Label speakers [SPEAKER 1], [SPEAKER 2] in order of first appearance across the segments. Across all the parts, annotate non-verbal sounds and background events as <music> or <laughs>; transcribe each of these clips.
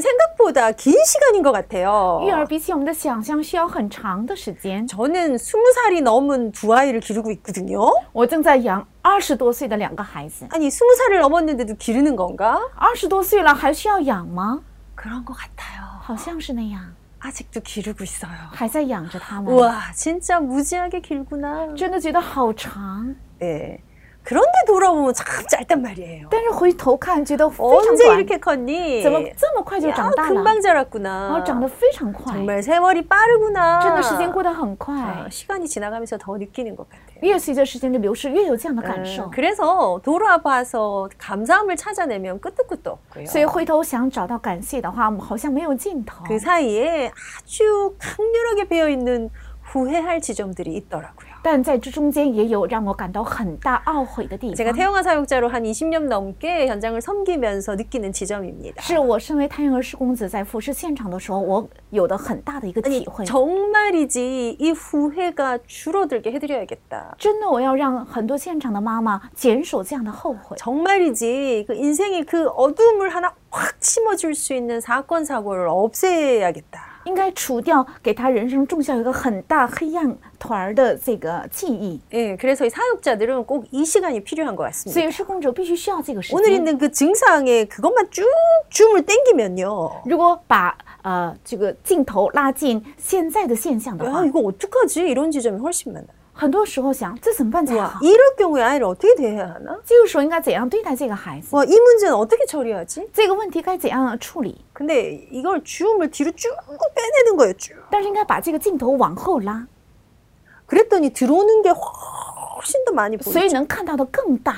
[SPEAKER 1] 생각보다 긴 시간인 것 같아요.
[SPEAKER 2] 育儿比起我们的想象需要很长的时间。
[SPEAKER 1] 저는 스무 살이 넘은 두 아이를 기르고 있거든요.
[SPEAKER 2] 我正在养二十多岁的两个孩子，
[SPEAKER 1] 아니, 스무 살을 넘었는데도 기르는 건가?
[SPEAKER 2] 二十多岁了还需要养吗？
[SPEAKER 1] 그런 것 같아요.
[SPEAKER 2] 好像是那样，
[SPEAKER 1] 아직도 기르고 있어요.
[SPEAKER 2] 还在养着他们。
[SPEAKER 1] 우와, 진짜 무지하게 길구나.
[SPEAKER 2] 真的觉得好长，
[SPEAKER 1] 네. 그런데 돌아보면 참 짧단 말이에요.
[SPEAKER 2] 但是回头看觉得非常
[SPEAKER 1] 언제
[SPEAKER 2] 短，
[SPEAKER 1] 이렇게 컸니?
[SPEAKER 2] 怎么这么快就
[SPEAKER 1] 야, 아,
[SPEAKER 2] 长大了？
[SPEAKER 1] 금방
[SPEAKER 2] 然后
[SPEAKER 1] 자랐구나.
[SPEAKER 2] 长得非常快，
[SPEAKER 1] 정말 세월이 빠르구나.
[SPEAKER 2] 真的时间过得很
[SPEAKER 1] 아,
[SPEAKER 2] 快，
[SPEAKER 1] 시간이 지나가면서 더 느끼는 것 같아요.
[SPEAKER 2] 越随着时间的流逝，越有这样的感
[SPEAKER 1] 음,
[SPEAKER 2] 受。
[SPEAKER 1] 그래서 돌아봐서 감사함을 찾아내면 끝도 끝도 없고요.
[SPEAKER 2] 所以回头想找到感谢的话，我们好像没有尽头。
[SPEAKER 1] 그 사이에 아주 강렬하게 배어 있는 후회할 지점들이 있더라고요.
[SPEAKER 2] 但在这中间也有让我感到很大懊悔的地
[SPEAKER 1] 제가
[SPEAKER 2] 方，
[SPEAKER 1] 태영아 사역자로 한 20년 넘게 현장을 섬기면서 느끼는 지점입니다.
[SPEAKER 2] 是我身为太原儿施公子在服侍现场的时候，我有的很大的一个
[SPEAKER 1] 아니
[SPEAKER 2] 体会。
[SPEAKER 1] 정말이지 이 후회가 줄어들게 해드려야겠다.
[SPEAKER 2] 真的，我要让很多现场的妈妈减少这样的后悔。啊
[SPEAKER 1] 정말이지 그 인생의 그 어둠을 하나 확 심어줄 수 있는 사건 사고를 없애야겠다.
[SPEAKER 2] 应该除掉给他人生种下一个很大黑暗团儿的这个记忆。
[SPEAKER 1] 예, 그래서 이 사역자들은 꼭 이 시간이 필요한 것
[SPEAKER 2] 所
[SPEAKER 1] 같습니다.
[SPEAKER 2] 以施工者必须需要这个时
[SPEAKER 1] 오늘
[SPEAKER 2] 间。
[SPEAKER 1] 있는 그 증상에 그것만 쭉 줌을 땡기면요.
[SPEAKER 2] 如果把呃这个镜头拉近现在的现象的话
[SPEAKER 1] 야 ， 이거 어떡하지? 이런 지점이 훨씬 많아.
[SPEAKER 2] 很多时候想这怎么办才
[SPEAKER 1] 와,
[SPEAKER 2] 好？
[SPEAKER 1] 이럴 경우에 아이를 어떻게 대해야 하나?
[SPEAKER 2] 这个时候应该怎样对待这个孩子？
[SPEAKER 1] 와, 이 문제는 어떻게 처리하지?
[SPEAKER 2] 这个问题该怎样处理？
[SPEAKER 1] 근데 이걸 줌을 뒤로 쭉 빼내는 거예요, 쭉.
[SPEAKER 2] 但是应该把这个镜头往后拉，
[SPEAKER 1] 그랬더니 들어오는 게 훨씬 더 많이
[SPEAKER 2] 所
[SPEAKER 1] 보이죠.
[SPEAKER 2] 以能看到的更大，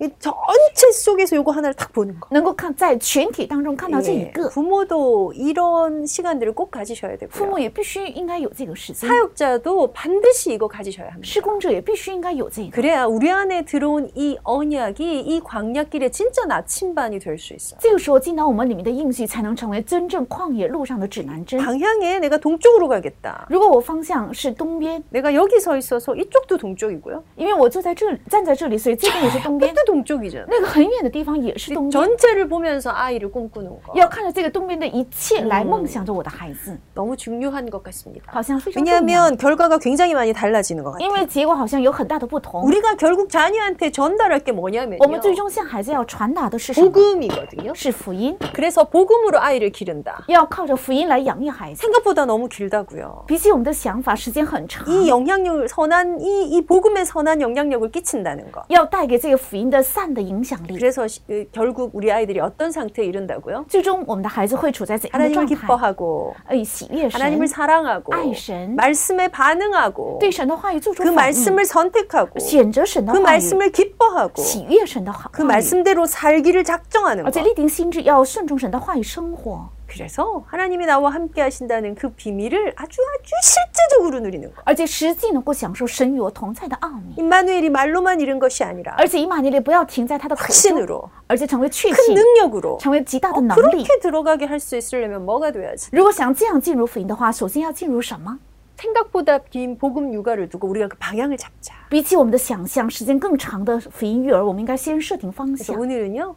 [SPEAKER 1] 이 전체 속에서 요거 하나를 딱 보는 거.
[SPEAKER 2] 能够看在群体当中看到这一
[SPEAKER 1] 예,
[SPEAKER 2] 个。
[SPEAKER 1] 부모도 이런 시간들을 꼭 가지셔야
[SPEAKER 2] 父母
[SPEAKER 1] 되고요.
[SPEAKER 2] 也必须应该有这个时间，
[SPEAKER 1] 사역자도 반드시 이거 가지셔야 합니다.
[SPEAKER 2] 施工者也必须应该有这个。
[SPEAKER 1] 그래야 우리 안에 들어온 이 언약이 이 광약길의 진짜 나침반이 될 수 있어요.
[SPEAKER 2] 这个时候进到我们里面的应许，才能成为真正旷野路上的指南
[SPEAKER 1] 啊
[SPEAKER 2] 针。
[SPEAKER 1] 방향에 내가 동쪽으로 가겠다.
[SPEAKER 2] 如果我方向是东边，
[SPEAKER 1] 내가 여기 서 있어서 이쪽도 동쪽이고요.
[SPEAKER 2] 因为我坐在这里，站在这里，所以这边也是东边，
[SPEAKER 1] <laughs> 이것도 동쪽이잖아.
[SPEAKER 2] 那个很远的地方也是东
[SPEAKER 1] 근데
[SPEAKER 2] 边。
[SPEAKER 1] 전체를 보면서 아이를 꿈꾸는 거
[SPEAKER 2] 要看着这个东边的一切来梦想着我的孩子，
[SPEAKER 1] 너무 중요한 것 같습니다.
[SPEAKER 2] 好像非常重要。
[SPEAKER 1] 왜냐하면 결과가 굉장히 많이 달라지는 것 같아요.
[SPEAKER 2] 因为结果好像有很大的不同。
[SPEAKER 1] 우리가 결국 자녀한테 전달할 게 뭐냐면요.
[SPEAKER 2] 我们最终向孩子要传达的是什么？
[SPEAKER 1] 복음이거든요.
[SPEAKER 2] 是福音，
[SPEAKER 1] 그래서 복음으로 아이를 기른다.
[SPEAKER 2] 要靠着福音来养育孩子。
[SPEAKER 1] 생각보다 너무 길다고요.
[SPEAKER 2] 比起我们的想法，时间很长，
[SPEAKER 1] 이 영향력을 선한 이, 이 복음의 선한 영향력을 끼친다는 거.
[SPEAKER 2] 要带给这个福音的善的影响力。
[SPEAKER 1] 그래서 시- 그 결국 우리 아이들이 어떤 상태에 이른다고요?
[SPEAKER 2] 最终，我们的孩子会处在怎样的
[SPEAKER 1] 하나님을
[SPEAKER 2] 状态？
[SPEAKER 1] 기뻐하고
[SPEAKER 2] 呃，喜悦神
[SPEAKER 1] 하나님을 ， 사랑하고
[SPEAKER 2] 아이신.
[SPEAKER 1] 말씀에 반응하고
[SPEAKER 2] 对神的话语做出
[SPEAKER 1] 그
[SPEAKER 2] 反
[SPEAKER 1] 말씀을
[SPEAKER 2] 应，
[SPEAKER 1] 선택하고
[SPEAKER 2] 选择神的
[SPEAKER 1] 그
[SPEAKER 2] 话语，
[SPEAKER 1] 말씀을 기뻐하고
[SPEAKER 2] 喜悦神的话
[SPEAKER 1] 그
[SPEAKER 2] 话语。
[SPEAKER 1] 말씀대로 살기를 작정하는
[SPEAKER 2] 而且
[SPEAKER 1] 거
[SPEAKER 2] 立定心智，要顺从神的话语生活，
[SPEAKER 1] 그래서 하나님이 나와 함께 하신다는 그 비밀을 아주 아주 실제적으로 누리는 거
[SPEAKER 2] 而且实际能够享受神与我同在的奥秘。
[SPEAKER 1] 임마누엘이 말로만 이룬 것이 아니라
[SPEAKER 2] 而且以马内利不要停在他的口中，
[SPEAKER 1] 확신으로
[SPEAKER 2] 而且成为确
[SPEAKER 1] 큰
[SPEAKER 2] 信，
[SPEAKER 1] 능력으로
[SPEAKER 2] 成为极大的
[SPEAKER 1] 어,
[SPEAKER 2] 能力。
[SPEAKER 1] 그렇게 들어가게 할 수 있으려면 뭐가 돼야지
[SPEAKER 2] 如果想这样进入福音的话，首先要进入什么？
[SPEAKER 1] 생각보다 긴 복음 육아를 두고 우리가 그 방향을 잡자
[SPEAKER 2] 比起我们的想象，时间更长的福音育儿，我们应该先设定方
[SPEAKER 1] 그래서
[SPEAKER 2] 向。
[SPEAKER 1] 오늘은요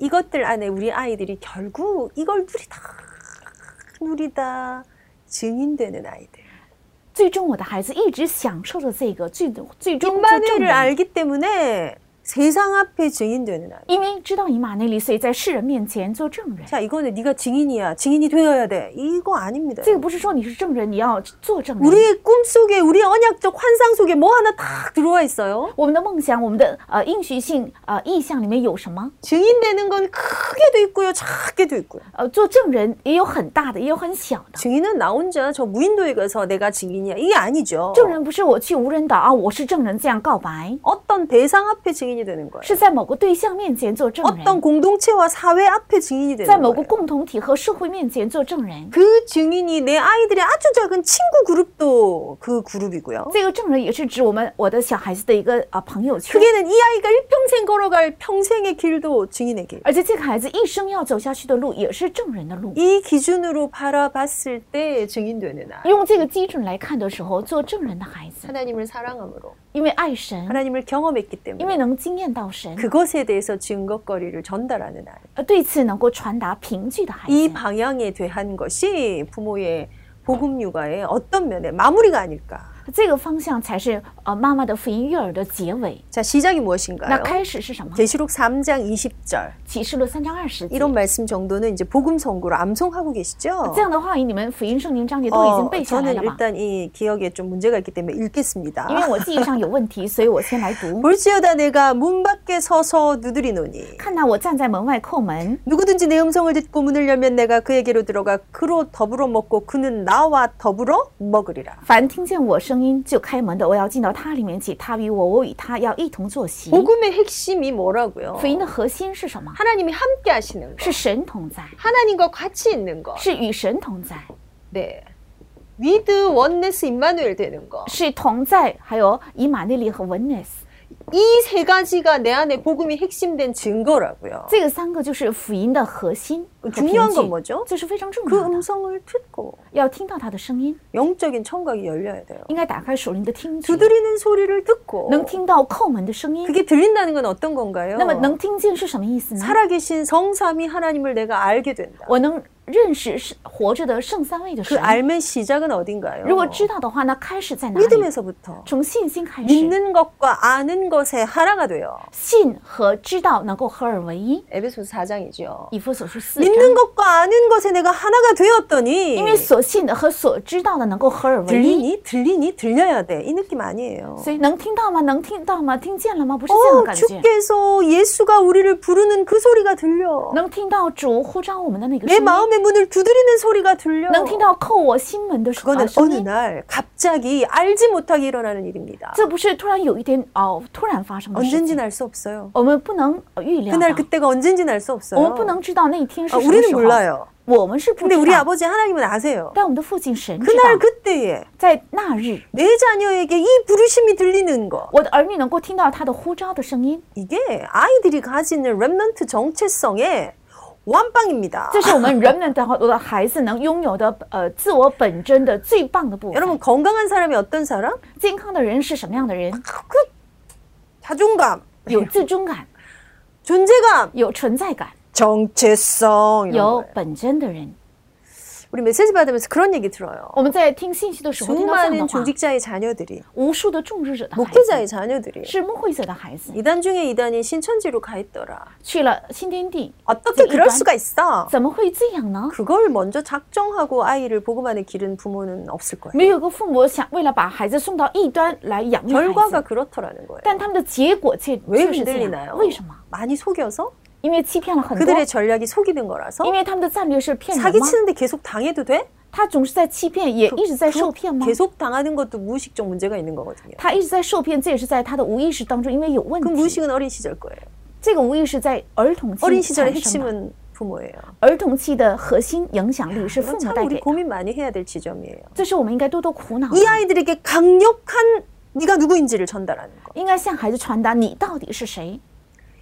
[SPEAKER 1] 이것들 안에 우리 아이들이 결국 이걸 누리다 누리다 증인되는 아이들
[SPEAKER 2] 最终，我的孩子一直享受着这个最最终最重
[SPEAKER 1] 임마누엘을
[SPEAKER 2] 要。
[SPEAKER 1] 알기 때문에 세상 앞에 증인되는 아이
[SPEAKER 2] 因为知道以马内利，所以在世人面前做证人。
[SPEAKER 1] 자 이거는 네가 증인이야 증인이 되어야 돼 이거 아닙니다
[SPEAKER 2] 这个不是说你是证人，你要做证人。
[SPEAKER 1] 우리의 꿈속에 우리 언약적 환상 속에 뭐 하나 딱 들어와 있어요
[SPEAKER 2] 我们的梦想，我们的呃应许性呃意向里面有什么？
[SPEAKER 1] 증인되는 건 크게도 있고요 작게도 있고요
[SPEAKER 2] 呃，做证人也有很大的，也有很小的。
[SPEAKER 1] 증인은 나 혼자 저 무인도에 가서 내가 증인이야 이게 아니죠
[SPEAKER 2] 证人不是我去无人岛啊，我是证人这样告白，
[SPEAKER 1] 어떤 대상 앞에 증인이 되는 거예요
[SPEAKER 2] 是在某个对象面前做证
[SPEAKER 1] 어떤
[SPEAKER 2] 人，
[SPEAKER 1] 공동체와 사회 앞에 증인이
[SPEAKER 2] 在
[SPEAKER 1] 되는
[SPEAKER 2] 某个
[SPEAKER 1] 거예요
[SPEAKER 2] 共同体和社会面前做证人。
[SPEAKER 1] 그 증인이 내 아이들의 아주 작은 친구 그룹도 그 그룹이고요
[SPEAKER 2] 这个证人也是指我们我的小孩子的一个啊朋友圈，
[SPEAKER 1] 그게는 이 아이가 일평생 걸어갈 평생의 길도 증인의 길.
[SPEAKER 2] 而且这个孩子一生要走下去的路也是证人的路。
[SPEAKER 1] 이 기준으로 바라봤을 때 증인되는 아이.
[SPEAKER 2] 用这个基准来看的时候，做证人的孩子，
[SPEAKER 1] 嗯 하나님을 사랑함으로
[SPEAKER 2] 因为爱神，
[SPEAKER 1] 嗯 하나님을 경험했기
[SPEAKER 2] 因
[SPEAKER 1] 때문에
[SPEAKER 2] 为能惊艳到神，
[SPEAKER 1] 그것에 대해서 증거거리를 전달하는 아이.
[SPEAKER 2] 而对此能够传达凭据的孩
[SPEAKER 1] 이
[SPEAKER 2] 子，
[SPEAKER 1] 방향에 대한 것이 부모의 복음 육아의 어떤 면에 마무리가 아닐까.
[SPEAKER 2] 这个方向才是呃妈妈的福音育儿的结尾。
[SPEAKER 1] 자, 시작이
[SPEAKER 2] 那
[SPEAKER 1] 무엇인가요?
[SPEAKER 2] 开始是什么？
[SPEAKER 1] 계시록 3장 20절.
[SPEAKER 2] 启示录三章二十节。
[SPEAKER 1] 이런 말씀 정도는 이제 복음 선고로 암송하고
[SPEAKER 2] 这
[SPEAKER 1] 계시죠?
[SPEAKER 2] 样的话语，你们福音圣经章节都已经
[SPEAKER 1] 어,
[SPEAKER 2] 背下来
[SPEAKER 1] 저는
[SPEAKER 2] 了吧？
[SPEAKER 1] 일단 이 기억에 좀 문제가 있기 때문에 읽겠습니다.
[SPEAKER 2] 因为我记忆上有问题，所以我先来
[SPEAKER 1] <laughs>
[SPEAKER 2] 读。
[SPEAKER 1] 볼지어다 내가 문 밖에 서서 누드리노니
[SPEAKER 2] 看到我站在门外叩门，
[SPEAKER 1] 누구든지 내 음성을 듣고 문을 열면 내가 그에게로 들어가 그로 더불어 먹고 그는 나와 더불어 먹으리라.
[SPEAKER 2] 凡听见我声音就开门的，我要进到他里面去。他与我，我与他要一同坐席。
[SPEAKER 1] 복음의 핵심이 뭐라고요?
[SPEAKER 2] 福音的核心是什么？
[SPEAKER 1] 하나님이 함께 하시는 거.
[SPEAKER 2] 是神同在，
[SPEAKER 1] 하나님과 같이 있는 거.
[SPEAKER 2] 是与神同在，
[SPEAKER 1] 네. 위드 원네스 임마누엘 되는 거.
[SPEAKER 2] 是同在，还有以马内利和文内斯
[SPEAKER 1] 이 세 가지가 내 안에 복음이 핵심된 증거라고요.
[SPEAKER 2] 这个三个就是福音的核心和凭据
[SPEAKER 1] 중요한 건 뭐죠?
[SPEAKER 2] 这是非常重
[SPEAKER 1] 그
[SPEAKER 2] 要的，
[SPEAKER 1] 음성을 듣고
[SPEAKER 2] 要听到他的声音，
[SPEAKER 1] 영적인 청각이 열려야 돼요.
[SPEAKER 2] 应该打开属灵的听觉，
[SPEAKER 1] 두드리는 소리를 듣고
[SPEAKER 2] 能听到叩门的声音。
[SPEAKER 1] 그게 들린다는 건 어떤 건가요?
[SPEAKER 2] 那么能听见是什么意思呢？
[SPEAKER 1] 살아계신 성삼위 하나님을 내가 알게 된다.
[SPEAKER 2] 我能认识是活着的圣三位的
[SPEAKER 1] 그
[SPEAKER 2] 神。
[SPEAKER 1] 알면 시작은 어딘가요?
[SPEAKER 2] 如果知道的话，那开始在哪里？
[SPEAKER 1] 믿음에서부터
[SPEAKER 2] 从信心开始，
[SPEAKER 1] 믿는 것과 아는 것의 하나가 돼요.
[SPEAKER 2] 信和知道能够合二为一。
[SPEAKER 1] 에베소서 4장이죠.
[SPEAKER 2] 以弗所书四章，
[SPEAKER 1] 믿는 것과 아는 것에 내가 하나가 되었더니
[SPEAKER 2] 因为所信的和所知道的能够合二为一，
[SPEAKER 1] 들리니 들리니 들려야 돼. 이 느낌 아니에요.
[SPEAKER 2] 所以哦能听到吗？能听到吗？听见了吗？不是这样的
[SPEAKER 1] 어,
[SPEAKER 2] 感觉。
[SPEAKER 1] 주께서 예수가 우리를 부르는 그 소리가 들려.
[SPEAKER 2] 能听到主呼召我们的那个声
[SPEAKER 1] 내
[SPEAKER 2] 音，
[SPEAKER 1] 마음의 문을 두드리는 소리가 들려.
[SPEAKER 2] 能听到叩我心门的声
[SPEAKER 1] 그거는
[SPEAKER 2] 啊声
[SPEAKER 1] 어느
[SPEAKER 2] 音。
[SPEAKER 1] 날 갑자기 알지 못하게 일어나는 일입니다.
[SPEAKER 2] 这不是突然有一天哦，突然发生的事
[SPEAKER 1] 언젠진
[SPEAKER 2] 情，
[SPEAKER 1] 알 수 없어요.
[SPEAKER 2] 我们不能呃预料
[SPEAKER 1] 그날
[SPEAKER 2] 到，
[SPEAKER 1] 그때가 언젠진 알 수
[SPEAKER 2] 我
[SPEAKER 1] 없어요.
[SPEAKER 2] 们不能知道那哦一天
[SPEAKER 1] 아,
[SPEAKER 2] 是什么
[SPEAKER 1] 우리는
[SPEAKER 2] 时候。
[SPEAKER 1] 몰라요.
[SPEAKER 2] 我们啊是不
[SPEAKER 1] 근데
[SPEAKER 2] 知
[SPEAKER 1] 우리
[SPEAKER 2] 道，
[SPEAKER 1] 아버지 하나님은 아세요.
[SPEAKER 2] 但我们的父亲神知
[SPEAKER 1] 그날
[SPEAKER 2] 道，
[SPEAKER 1] 그때에
[SPEAKER 2] 在那日，
[SPEAKER 1] 내 자녀에게 이 부르심이 들리는 거.
[SPEAKER 2] 我的儿女能够听到他的呼召的声音，
[SPEAKER 1] 이게 아이들이 가지는 랩런트 정체성의 완빵입니다.
[SPEAKER 2] 这是我们人们的我的孩子能拥有的呃自我本真的最棒的部分。
[SPEAKER 1] 여러분 건강한 사람이 어떤 사람?
[SPEAKER 2] 健康的人是什么样的人？
[SPEAKER 1] 그 자존감,
[SPEAKER 2] 有自尊感，
[SPEAKER 1] 존재감,
[SPEAKER 2] 有存在感，
[SPEAKER 1] 정체성 이런
[SPEAKER 2] 有
[SPEAKER 1] 거예요.
[SPEAKER 2] 本真的人。
[SPEAKER 1] 우리 메시지 받으면서 그런 얘기 들어요.
[SPEAKER 2] 我们在听信息的时候听到这样的
[SPEAKER 1] 수많은
[SPEAKER 2] 话，
[SPEAKER 1] 조직자의 자녀들이
[SPEAKER 2] 无数的种植者的孩子
[SPEAKER 1] 목회자의 자녀들이
[SPEAKER 2] 是牧会者的孩子，
[SPEAKER 1] 이단 중에 이단이 신천지로 가 있더라.
[SPEAKER 2] 去了新天地，
[SPEAKER 1] 어떻게
[SPEAKER 2] 이제
[SPEAKER 1] 그럴
[SPEAKER 2] 이단?
[SPEAKER 1] 수가 있어?
[SPEAKER 2] 怎么会这样呢？
[SPEAKER 1] 그걸 먼저 작정하고 아이를 복음 안에 기른 부모는 없을 거예요.
[SPEAKER 2] 没有个父母想为了把孩子送到异端来养育孩
[SPEAKER 1] 결과가
[SPEAKER 2] 子，
[SPEAKER 1] 그렇더라는 거예요.
[SPEAKER 2] 但他们的结果却
[SPEAKER 1] 왜
[SPEAKER 2] 却是这样。
[SPEAKER 1] 흔들리나요?
[SPEAKER 2] 为什么？
[SPEAKER 1] 많이 속여서
[SPEAKER 2] 因为欺骗了很多
[SPEAKER 1] 그들의 전략이 속이는 거라서
[SPEAKER 2] 因为他们的战略是骗人吗？
[SPEAKER 1] 사기치는데 계속 당해도 돼?
[SPEAKER 2] 他总是在欺骗，也一直在
[SPEAKER 1] 그거
[SPEAKER 2] 受骗吗？
[SPEAKER 1] 계속 당하는 것도 무의식적 문제가 있는 거거든요.
[SPEAKER 2] 他一直在受骗，这也是在他的无意识当中，因为有问
[SPEAKER 1] 그
[SPEAKER 2] 题。
[SPEAKER 1] 무의식은 어린 시절 거예요.
[SPEAKER 2] 这个无意识在儿童期
[SPEAKER 1] 어린 시절의
[SPEAKER 2] 产生的，
[SPEAKER 1] 핵심은 부모예요.
[SPEAKER 2] 儿童期的核心影响力是父
[SPEAKER 1] 이
[SPEAKER 2] 母
[SPEAKER 1] 참
[SPEAKER 2] 带
[SPEAKER 1] 우리
[SPEAKER 2] 给，
[SPEAKER 1] 고민 많이 해야 될 지점이에요.
[SPEAKER 2] 这是我们应该多多苦恼的
[SPEAKER 1] 이 。 아이들에게 강력한 네가 누구인지를 전달하는 거.
[SPEAKER 2] 应该向孩子传达你到底是谁，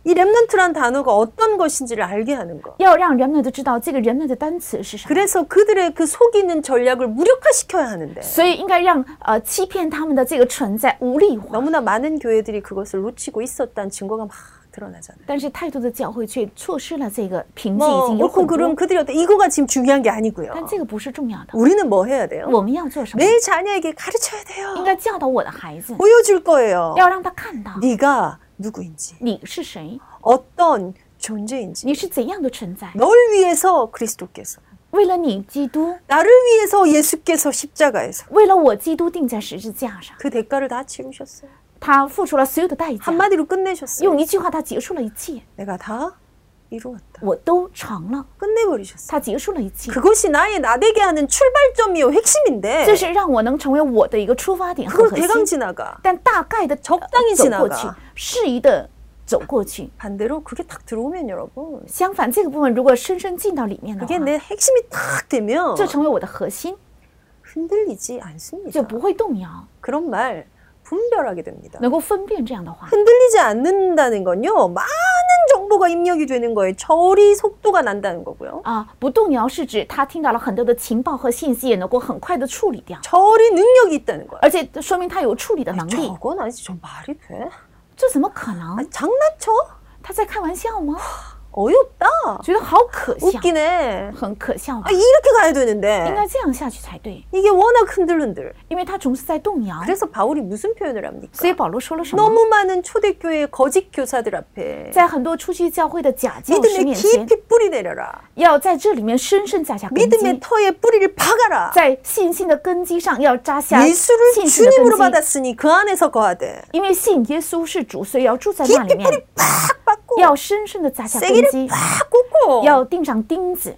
[SPEAKER 1] 이 렘넌트란 단어가 어떤 것인지를 알게 하는 거.
[SPEAKER 2] 要让人们都知道这个人们的单词是什么。
[SPEAKER 1] 그래서 그들의 그 속이는 전략을 무력화시켜야 하는데
[SPEAKER 2] 所以应该让呃欺骗他们的这个存在无力化，
[SPEAKER 1] 너무나 많은 교회들이 그것을 놓치고 있었다는 증거가 막 드러나잖아요.
[SPEAKER 2] 但是太多的教会却错失了这个凭借，已
[SPEAKER 1] 뭐
[SPEAKER 2] 经有
[SPEAKER 1] 옳고
[SPEAKER 2] 很多
[SPEAKER 1] 그름 ， 그들이 어때 이거가 지금 중요한 게 아니고요.
[SPEAKER 2] 但这个不是重要的。
[SPEAKER 1] 우리는 뭐 해야 돼요?
[SPEAKER 2] 我们要做什么？
[SPEAKER 1] 내 자녀에게 가르쳐야 돼요.
[SPEAKER 2] 应该教导我的孩子，
[SPEAKER 1] 보여줄 거예요.
[SPEAKER 2] 要让他看到
[SPEAKER 1] 네가 누구인지,
[SPEAKER 2] 你是谁，
[SPEAKER 1] 어떤 존재인지,
[SPEAKER 2] 你是怎样的存在。
[SPEAKER 1] 널 위해서 그리스도께서,
[SPEAKER 2] 为了你，基督；
[SPEAKER 1] 나를 위해서 예수께서 십자가에서
[SPEAKER 2] 为了我，基督定在十字架上，
[SPEAKER 1] 그 대가를 다 치르셨어요.
[SPEAKER 2] 他付出了所有的代价。
[SPEAKER 1] 한마디로 끝내셨어요.
[SPEAKER 2] 用一句话，他结束了一切，
[SPEAKER 1] 내가 다 이루었다.
[SPEAKER 2] 我都成了，
[SPEAKER 1] 끝내버리셨어요.
[SPEAKER 2] 他结束了一切。
[SPEAKER 1] 그것이 나의 나되게 하는 출발점이요 핵심인데
[SPEAKER 2] 这是让我能成为我的一个出发点和
[SPEAKER 1] 그걸
[SPEAKER 2] 核心。
[SPEAKER 1] 대강 지나가.
[SPEAKER 2] 但大概的走
[SPEAKER 1] 当一起拿
[SPEAKER 2] 过
[SPEAKER 1] 吧
[SPEAKER 2] 去，适宜的走过去。
[SPEAKER 1] 반대로 그게 탁 들어오면 여러분
[SPEAKER 2] 相反，这个部分如果深深进到里面的话
[SPEAKER 1] 그게 ，내 핵심이 탁 되면
[SPEAKER 2] 这成为我的核心，
[SPEAKER 1] 흔들리지 않습니다.
[SPEAKER 2] 就不会动摇，
[SPEAKER 1] 그런 말 분별하게 됩니다.
[SPEAKER 2] 能够分辨这样的话。
[SPEAKER 1] 흔들리지 않는다는 건요 많은 정보가 입력이 되는 거에 처리 속도가 난다는 거고요.
[SPEAKER 2] 啊，不动摇是指他听到了很多的情报和信息，也能够很快的处理掉，
[SPEAKER 1] 처리 능력이 있다는 거예요.
[SPEAKER 2] 而且说明他有处理的能力。
[SPEAKER 1] 저건 아니지, 저 말이 돼?
[SPEAKER 2] 这怎么可
[SPEAKER 1] 哎
[SPEAKER 2] 能？
[SPEAKER 1] 장난쳐?
[SPEAKER 2] 他在开玩笑吗？
[SPEAKER 1] 어이없다.
[SPEAKER 2] 觉得好可笑，
[SPEAKER 1] 웃기네.
[SPEAKER 2] 很可笑吧
[SPEAKER 1] 아, ？ 이렇게 가야
[SPEAKER 2] 应
[SPEAKER 1] 되는데
[SPEAKER 2] 该这样下去才对，
[SPEAKER 1] 이게 워낙 흔들흔들.
[SPEAKER 2] 因为他总是在动摇。
[SPEAKER 1] 그래서 바울이 무슨 표현을 합니까?
[SPEAKER 2] 所以保罗说了什么？
[SPEAKER 1] 너무 많은 초대교회 거짓 교사들 앞에
[SPEAKER 2] 在很多初期教会的假教师
[SPEAKER 1] 믿음의
[SPEAKER 2] 面前，
[SPEAKER 1] 깊이 뿌리 내려라.
[SPEAKER 2] 要在这里面深深扎下根基
[SPEAKER 1] 믿음의 ， 터에 뿌리를 박아라.
[SPEAKER 2] 在信心的根基上要扎下
[SPEAKER 1] 예수를
[SPEAKER 2] 信心的
[SPEAKER 1] 주님으로
[SPEAKER 2] 根基。
[SPEAKER 1] 받았으니 그 안에서 거하되
[SPEAKER 2] 因为信耶稣是主，所以要住在那里
[SPEAKER 1] 깊이
[SPEAKER 2] 面，
[SPEAKER 1] 뿌리 팍 박고
[SPEAKER 2] 要深深的扎下根
[SPEAKER 1] 세기를
[SPEAKER 2] 基，
[SPEAKER 1] 팍 꽂고
[SPEAKER 2] 要钉上钉子，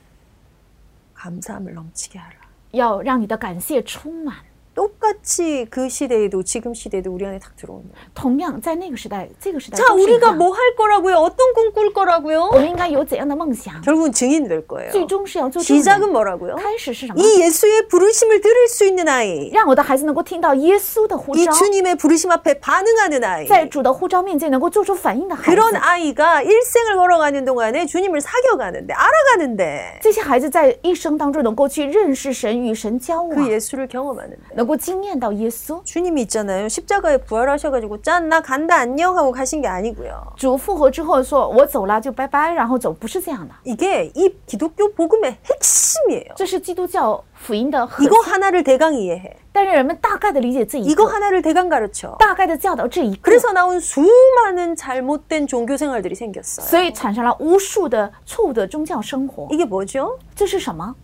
[SPEAKER 1] 감사함을 넘치게 하라.
[SPEAKER 2] 要让你的感谢充满。
[SPEAKER 1] 똑같이 그 시대에도 지금 시대에도 우리 안에 탁 들어오는 거예요.
[SPEAKER 2] 同样，在那个时代，这个时代
[SPEAKER 1] 자
[SPEAKER 2] 都是一
[SPEAKER 1] 우리가
[SPEAKER 2] 样，
[SPEAKER 1] 뭐 할 거라고요? 어떤 꿈 꿀
[SPEAKER 2] 我
[SPEAKER 1] 거라고요?
[SPEAKER 2] 们应该有怎样的梦想？
[SPEAKER 1] 결국은 증인 될 거예요.
[SPEAKER 2] 最终是要做证人
[SPEAKER 1] 시작은 뭐라고요?
[SPEAKER 2] 开始是什么？
[SPEAKER 1] 이 예수의 부르심을 들을 수 있는 아이,
[SPEAKER 2] 让我的孩子能够听到耶稣的呼
[SPEAKER 1] 이
[SPEAKER 2] 召，
[SPEAKER 1] 주님의 부르심 앞에 반응하는 아이.
[SPEAKER 2] 在主的呼召面前能够做出反应的孩子。
[SPEAKER 1] 그런 아이가 일생을 걸어가는 동안에 주님을 사겨가는데 알아가는데
[SPEAKER 2] 这些孩子在一生当中能够去认识神，与神交
[SPEAKER 1] 그
[SPEAKER 2] 往，
[SPEAKER 1] 예수를 경험하는데
[SPEAKER 2] 能够惊艳到耶稣。
[SPEAKER 1] 주님이 있잖아요 십자가에 부활하셔가지고 짠 나 간다 안녕 하고 가신 게 아니고요
[SPEAKER 2] 主复活之后说：“我走了，就拜拜，然后走。”不是这样的，
[SPEAKER 1] 이게 이 기독교 복음의 핵심이에요
[SPEAKER 2] 这是基督教福音的核
[SPEAKER 1] 이거 。 하나를 대강 이해해
[SPEAKER 2] 但是人们大概的理解这一
[SPEAKER 1] 이거
[SPEAKER 2] 个，
[SPEAKER 1] 하나를 대강 가르쳐
[SPEAKER 2] 大概的教导这一个，
[SPEAKER 1] 그래서 나온 수많은 잘못된 종교 생활들이 생겼어요
[SPEAKER 2] 所以产生了无数的错误的宗教生活。
[SPEAKER 1] 이게 뭐죠?
[SPEAKER 2] 这是什么？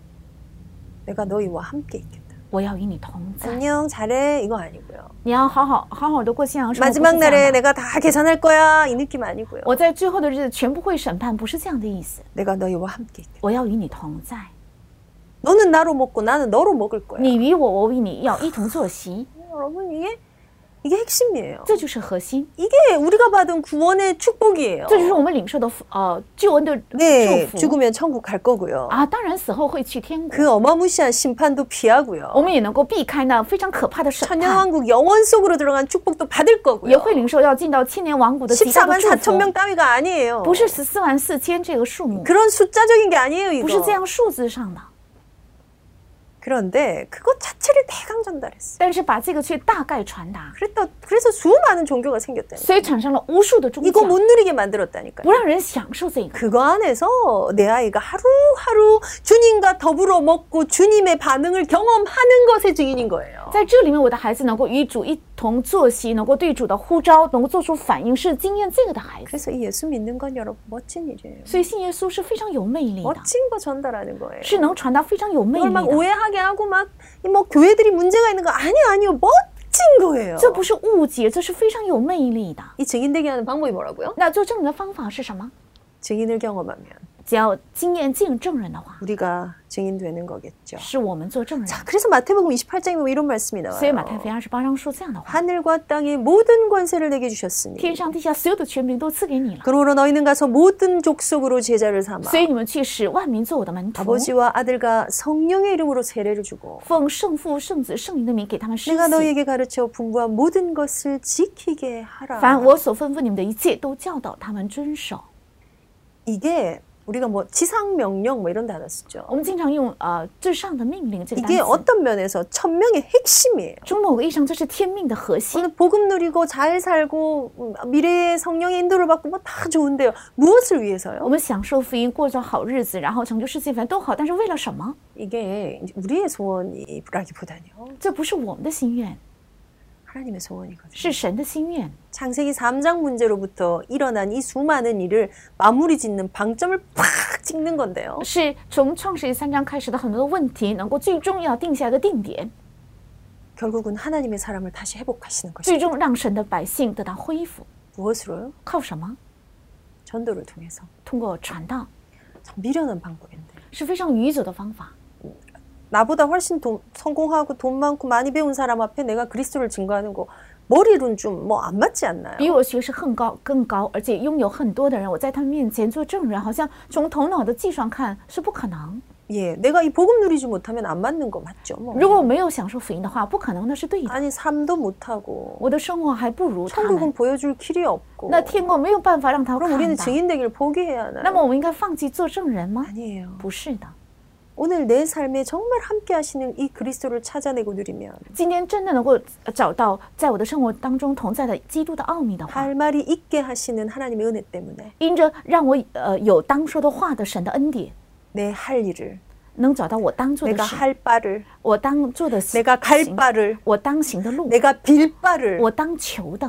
[SPEAKER 1] 내가 너희와 함께 있겠다
[SPEAKER 2] 我要与你同在，
[SPEAKER 1] 안녕 잘해 이거 아니고요
[SPEAKER 2] 你要好好好好的过信仰生活。不是
[SPEAKER 1] 마지막
[SPEAKER 2] 这样
[SPEAKER 1] 날에
[SPEAKER 2] 的
[SPEAKER 1] 내가 다 계산할 거야 이 느낌 아니고요
[SPEAKER 2] 我在最后的日子全部会审判，不是这样的意思。
[SPEAKER 1] 내가 너희와 함께 있겠다
[SPEAKER 2] 我要与你同在，
[SPEAKER 1] 너는 나로 먹고 나는 너로 먹을 거야
[SPEAKER 2] 你与我，我与你，要一同坐席，
[SPEAKER 1] 여러분 이게 이게 핵심이에요.
[SPEAKER 2] 这就是核心，
[SPEAKER 1] 이게 우리가 받은 구원의 축복이에요.
[SPEAKER 2] 这就是我们领受的福呃救恩的
[SPEAKER 1] 네,
[SPEAKER 2] 祝福
[SPEAKER 1] 죽으면 천국 갈 거고요.
[SPEAKER 2] 啊。当然，死后会去天国，
[SPEAKER 1] 그 어마무시한 심판도
[SPEAKER 2] 我
[SPEAKER 1] 피하고요.
[SPEAKER 2] 们也能够避开那非常可怕的审判，
[SPEAKER 1] 천년왕국 영원 속으로 들어간 축복도 받을
[SPEAKER 2] 也
[SPEAKER 1] 거고요.
[SPEAKER 2] 会领受要进到千年王国的极大的
[SPEAKER 1] 14만
[SPEAKER 2] 祝
[SPEAKER 1] 4천
[SPEAKER 2] 福
[SPEAKER 1] 명 。 따위가 아니에요.
[SPEAKER 2] 不是十四万四千这个数目，
[SPEAKER 1] 그런 숫자적인 게 아니에요,
[SPEAKER 2] 不是
[SPEAKER 1] 이거.
[SPEAKER 2] 这样数字上的，
[SPEAKER 1] 그런데 그것 자체를 대강 전달했어요.
[SPEAKER 2] 但是把这个却大概传达，
[SPEAKER 1] 그랬다, 그래서 수많은 종교가 생겼다니까.
[SPEAKER 2] 所以产生了无数的宗教，
[SPEAKER 1] 이거 못 누리게 만들었다니까요.
[SPEAKER 2] 不让人享受这个。
[SPEAKER 1] 그거 안에서 내 아이가 하루하루 주님과 더불어 먹고 주님의 반응을 경험하는 것의 증인인 거예요.
[SPEAKER 2] 在这里面，我的孩子能够与主一同坐席，能够对主的呼召能够做出反应，是经验这个的孩子。
[SPEAKER 1] 그래서 이 예수 믿는 건 여러분 멋진 일이에요.
[SPEAKER 2] 所以信耶稣是非常有魅力的，
[SPEAKER 1] 멋진 거 전달하는 거예요.
[SPEAKER 2] 是能传达非常有魅
[SPEAKER 1] 이걸
[SPEAKER 2] 力
[SPEAKER 1] 막
[SPEAKER 2] 的。
[SPEAKER 1] 오해하게 하고 막 뭐 교회들이 문제가 있는 거 아니 아니요 멋진 거예요.
[SPEAKER 2] 这不是误解，这是非常有魅力的。
[SPEAKER 1] 이 증인되게 하는 방법이 뭐라고요?
[SPEAKER 2] 那做证人的方法是什么？
[SPEAKER 1] 증인을 경험하면
[SPEAKER 2] 只要经验见证人的话，
[SPEAKER 1] 우리가 증인되는 거겠죠.
[SPEAKER 2] 是我们做证人。
[SPEAKER 1] 자, 그래서 마태복음 28장에 보면 이런 말씀이
[SPEAKER 2] 所以马太
[SPEAKER 1] 나와요.
[SPEAKER 2] 福音二十八章说这样的话：
[SPEAKER 1] 하늘과 땅의 모든 권세를 내게
[SPEAKER 2] 天
[SPEAKER 1] 주셨으니
[SPEAKER 2] 上地下所有的权柄都赐给你了，
[SPEAKER 1] 그러므로 너희는 가서 모든 족속으로 제자를 삼아
[SPEAKER 2] 所以你们去使万民做我的门
[SPEAKER 1] 啊
[SPEAKER 2] 徒，
[SPEAKER 1] 아버지와 아들과 성령의 이름으로 세례를 주고
[SPEAKER 2] 奉圣父、圣子、圣灵的名给他们施
[SPEAKER 1] 내가
[SPEAKER 2] 洗。
[SPEAKER 1] 너희에게 가르쳐 분부한 모든 것을 지키게 하라.
[SPEAKER 2] 凡我所吩咐你们的一切，都教导他们遵守。
[SPEAKER 1] 이게 우리가 뭐 지상 명령 뭐 이런 단어 쓰죠.
[SPEAKER 2] 我们经常用呃至上的命令这个单
[SPEAKER 1] 이게
[SPEAKER 2] 词，
[SPEAKER 1] 어떤 면에서 천명의 핵심이에요.
[SPEAKER 2] 从某个意义上这是天命的核心。
[SPEAKER 1] 오늘 복음 누리고 잘 살고 음, 미래의 성령의 인도를 받고 뭐 다 좋은데요. 무엇을
[SPEAKER 2] 我
[SPEAKER 1] 위해서요?
[SPEAKER 2] 们享受福音，过着好日子，然后成就世界，反正都好，但是为了什么？
[SPEAKER 1] 이게 이제 우리의 소원이라기보다는요.
[SPEAKER 2] 这不是我们的心愿，
[SPEAKER 1] 하나님의 소원이거든요.
[SPEAKER 2] 是神的心愿。
[SPEAKER 1] 창세기 3장 문제로부터 일어난 이 수많은 일을 마무리 짓는 방점을 팍 찍는 건데요.
[SPEAKER 2] 是从创世纪三章开始的很多的问题，能够最终要定下一个定点，
[SPEAKER 1] 결국은 하나님의 사람을 다시 회복하시는 것이죠.
[SPEAKER 2] 最终让神的百姓得到恢复。
[SPEAKER 1] 무엇으로요?
[SPEAKER 2] 靠什么？
[SPEAKER 1] 전도를 통해서.
[SPEAKER 2] 通过传道
[SPEAKER 1] 참 미련한 방법인데.
[SPEAKER 2] 是非常愚拙的方法。
[SPEAKER 1] 나보다 훨씬 돈- 성공하고 돈 많고 많이 배운 사람 앞에 내가 그리스도를 증거하는 거 머리로는 좀 뭐 안 맞지 않나요?
[SPEAKER 2] 比我学识更高、更高，而且拥有很多的人，我在他们面前做证人，好像从头脑的计算看是不可能。
[SPEAKER 1] 예, 내가 이 복음 누리지 못하면 안 맞는 거 맞죠? 뭐.
[SPEAKER 2] 如果我没有享受福音的话，不可能，那是对的。
[SPEAKER 1] 아니 삶도 못하고
[SPEAKER 2] 我的生活还不如他们，
[SPEAKER 1] 천국은 보여줄 길이 없고
[SPEAKER 2] 那天国没有办法让他
[SPEAKER 1] 그럼 우리는
[SPEAKER 2] 看到。
[SPEAKER 1] 증인 되기를 포기해야 하나요? 뭐
[SPEAKER 2] 那么我们应该放弃做证人吗？
[SPEAKER 1] 아니에요.
[SPEAKER 2] 不是的，
[SPEAKER 1] 오늘 내 삶에 정말 함께 하시는 이 그리스도를 찾아내고 누리면
[SPEAKER 2] 今天真的能够呃找到在我的生活当中同在的基督的奥秘的话，
[SPEAKER 1] 할 말이 있게 하시는 하나님의 은혜 때문에
[SPEAKER 2] 因着让我呃有当说的话的神的恩典，
[SPEAKER 1] 내 할 일을
[SPEAKER 2] 能找到我当做的
[SPEAKER 1] 내가
[SPEAKER 2] 事，
[SPEAKER 1] 할 바를
[SPEAKER 2] 我当做的行，
[SPEAKER 1] 내가 갈 바를
[SPEAKER 2] 我当行的路，
[SPEAKER 1] 내가 빌 바를
[SPEAKER 2] 我当求的，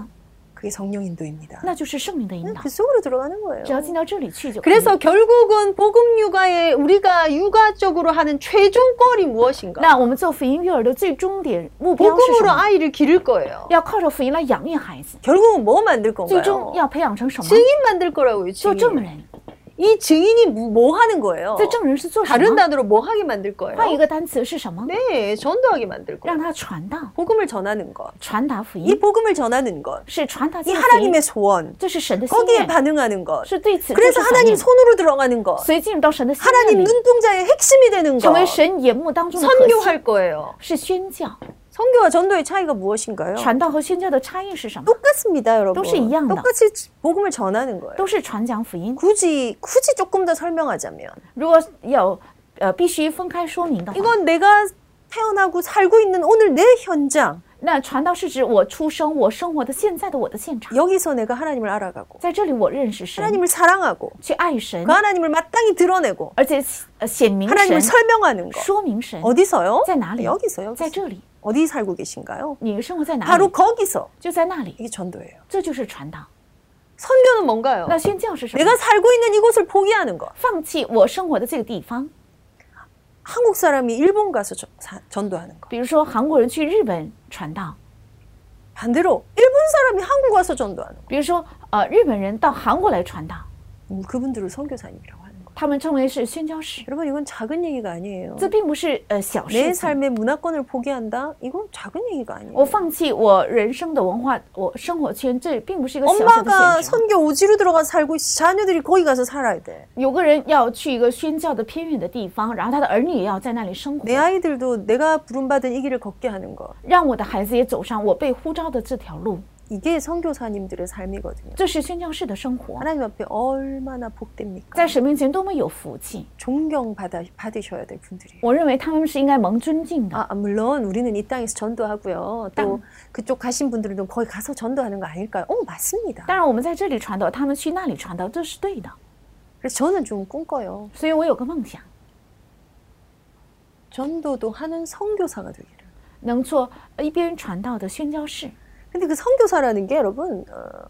[SPEAKER 1] 그게 성령 인도입니다.
[SPEAKER 2] 那就是圣灵的引导
[SPEAKER 1] 그 。 속으로 들어가는 거예요.
[SPEAKER 2] 只要进到这里去就可以。
[SPEAKER 1] 그래서 결국은 복음 육아에 우리가 육아적으로 하는 최종골이 무엇인가?
[SPEAKER 2] 那我们做福音育儿的最终点目标是什
[SPEAKER 1] 복음으로
[SPEAKER 2] 么？
[SPEAKER 1] 아이를 기를 거예요.
[SPEAKER 2] 要靠着福音来养育孩子，
[SPEAKER 1] 결국은 뭐 만들
[SPEAKER 2] 最终
[SPEAKER 1] 건가요?
[SPEAKER 2] 要培养成什么？
[SPEAKER 1] 증인 만들 거라고요.
[SPEAKER 2] 做
[SPEAKER 1] 증인.
[SPEAKER 2] 证人。
[SPEAKER 1] 이 증인이 뭐- 뭐 하는 거예요?
[SPEAKER 2] 这证人是做什
[SPEAKER 1] 다른
[SPEAKER 2] 么？
[SPEAKER 1] 단어로 뭐 하게 만들 거예요?
[SPEAKER 2] 换一个单词是什么？
[SPEAKER 1] 네, 전도하게 만들 거예요.
[SPEAKER 2] 让他传道，
[SPEAKER 1] 복음을 전하는 것.
[SPEAKER 2] 传达福
[SPEAKER 1] 이
[SPEAKER 2] 音
[SPEAKER 1] 복음을 전하는 것.
[SPEAKER 2] 是传达
[SPEAKER 1] 이
[SPEAKER 2] 这个福音，
[SPEAKER 1] 하나님의 소원.
[SPEAKER 2] 这是神的心
[SPEAKER 1] 거기에
[SPEAKER 2] 愿，
[SPEAKER 1] 반응하는 것.
[SPEAKER 2] 是对此做
[SPEAKER 1] 그렇죠. 그래서
[SPEAKER 2] 出反
[SPEAKER 1] 하나님
[SPEAKER 2] 应，
[SPEAKER 1] 손으로 들어가는 것.
[SPEAKER 2] 所以进入到神的心
[SPEAKER 1] 하나님
[SPEAKER 2] 愿里，
[SPEAKER 1] 눈동자의 핵심이 되는 것.
[SPEAKER 2] 成为神眼目当中的核心，
[SPEAKER 1] 선교할 거예요.
[SPEAKER 2] 是宣教。
[SPEAKER 1] 선교와 전도의 차이가 무엇인가요?
[SPEAKER 2] 传道和宣教的差异是什么？
[SPEAKER 1] 똑같습니다, 여러분.
[SPEAKER 2] 똑같이 이해한다.
[SPEAKER 1] 똑같이 복음을 전하는 거예요.
[SPEAKER 2] 都是传讲福音。
[SPEAKER 1] 굳이 굳이 조금 더 설명하자면
[SPEAKER 2] 如果有呃必须分开说明的话，
[SPEAKER 1] 이건 내가 태어나고 살고 있는 오늘 내 현장
[SPEAKER 2] 那传道是指我出生、我生活的现在的我的现场，
[SPEAKER 1] 여기서 내가 하나님을 알아가고
[SPEAKER 2] 在这里啊我认识神，
[SPEAKER 1] 하나님을 사랑하고
[SPEAKER 2] 去爱神
[SPEAKER 1] 그 ， 하나님을 마땅히 드러내고
[SPEAKER 2] 而且呃显明
[SPEAKER 1] 하나님을
[SPEAKER 2] 神、
[SPEAKER 1] 설명하는 거
[SPEAKER 2] 说明神
[SPEAKER 1] 어디서요?
[SPEAKER 2] 在哪里？
[SPEAKER 1] 여기서
[SPEAKER 2] 在
[SPEAKER 1] 여기서
[SPEAKER 2] 这里，
[SPEAKER 1] 어디 살고 계신가요?
[SPEAKER 2] 你生活在哪
[SPEAKER 1] 바로
[SPEAKER 2] 里？
[SPEAKER 1] 거기서
[SPEAKER 2] 就在那里。
[SPEAKER 1] 이게 전도예요.
[SPEAKER 2] 这就是传道。
[SPEAKER 1] 선교는 뭔가요?
[SPEAKER 2] 那宣教是什么？
[SPEAKER 1] 내가 살고 있는 이곳을 포기하는 거.
[SPEAKER 2] 放弃我生活的这个地方，
[SPEAKER 1] 한국 사람이 일본 가서 저- 사- 전도하는 거.
[SPEAKER 2] 比如说韩国人去日本传道，
[SPEAKER 1] 반대로 일본 사람이 한국 와서 전도하는 거.
[SPEAKER 2] 比如说呃日本人到韩国来传道，
[SPEAKER 1] 음, 그분들을 선교사님이라고 하는 거.
[SPEAKER 2] 他们称为是宣教士。
[SPEAKER 1] 여러분 이건 작은 얘기가 아니에요.
[SPEAKER 2] 这并不是呃小
[SPEAKER 1] 내
[SPEAKER 2] 事情。
[SPEAKER 1] 삶의 문화권을 포기한다? 이건 작은 얘기가 아니에요.
[SPEAKER 2] 我放弃我人生的文化，我生活圈，这并不是一个小小的
[SPEAKER 1] 엄마가
[SPEAKER 2] 现实。
[SPEAKER 1] 선교 오지로 들어가서 살고 있어. 자녀들이 거기 가서 살아야 돼.
[SPEAKER 2] 有个人要去一个宣教的偏远的地方，然后他的儿女也要在那里生活
[SPEAKER 1] 내 ， 아이들도 내가 부름받은 이 길을 걷게 하는 거.
[SPEAKER 2] 让我的孩子也走上我被呼召的这条路。
[SPEAKER 1] 이게 선교사님들의 삶이거든요.
[SPEAKER 2] 这是宣教士的生活，
[SPEAKER 1] 하나님 앞에 얼마나 복됩니까?
[SPEAKER 2] 在神面前多么有福气！
[SPEAKER 1] 존경받아 받으셔야 될 분들이에요.
[SPEAKER 2] 我认为他们是应该蒙尊敬的。
[SPEAKER 1] 아, 아, 물론 우리는 이 땅에서 전도하고요. 또 그쪽 가신 분들은 거기 가서 전도하는 거 아닐까요? 어, 맞습니다.
[SPEAKER 2] 当然，我们在这里传道，他们去那里传道，这是对的。
[SPEAKER 1] 그래서 저는 좀 꿈꿔요.
[SPEAKER 2] 所以我有个梦想，
[SPEAKER 1] 전도도 하는 선교사가 되기를.
[SPEAKER 2] 能做呃一边传道的宣教士。
[SPEAKER 1] 근데 그 선교사라는 게 여러분 어,